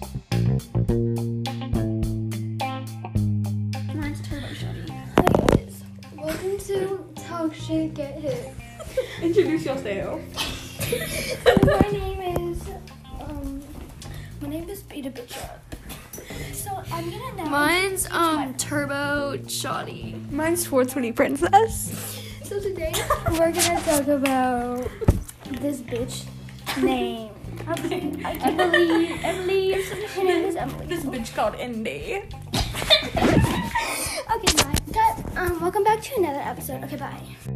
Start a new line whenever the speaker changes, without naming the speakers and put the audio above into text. should get hit.
Introduce yourself.
my name is um my name is Peter Butcher. So I'm gonna now
Mine's um Turbo Shoddy.
Mine's 420 Princess.
So today we're gonna talk about this bitch name. I believe Emily. Emily. Her name is Emily.
This bitch called Indy.
okay, bye. Cut. Um, welcome back to another episode. Okay, bye.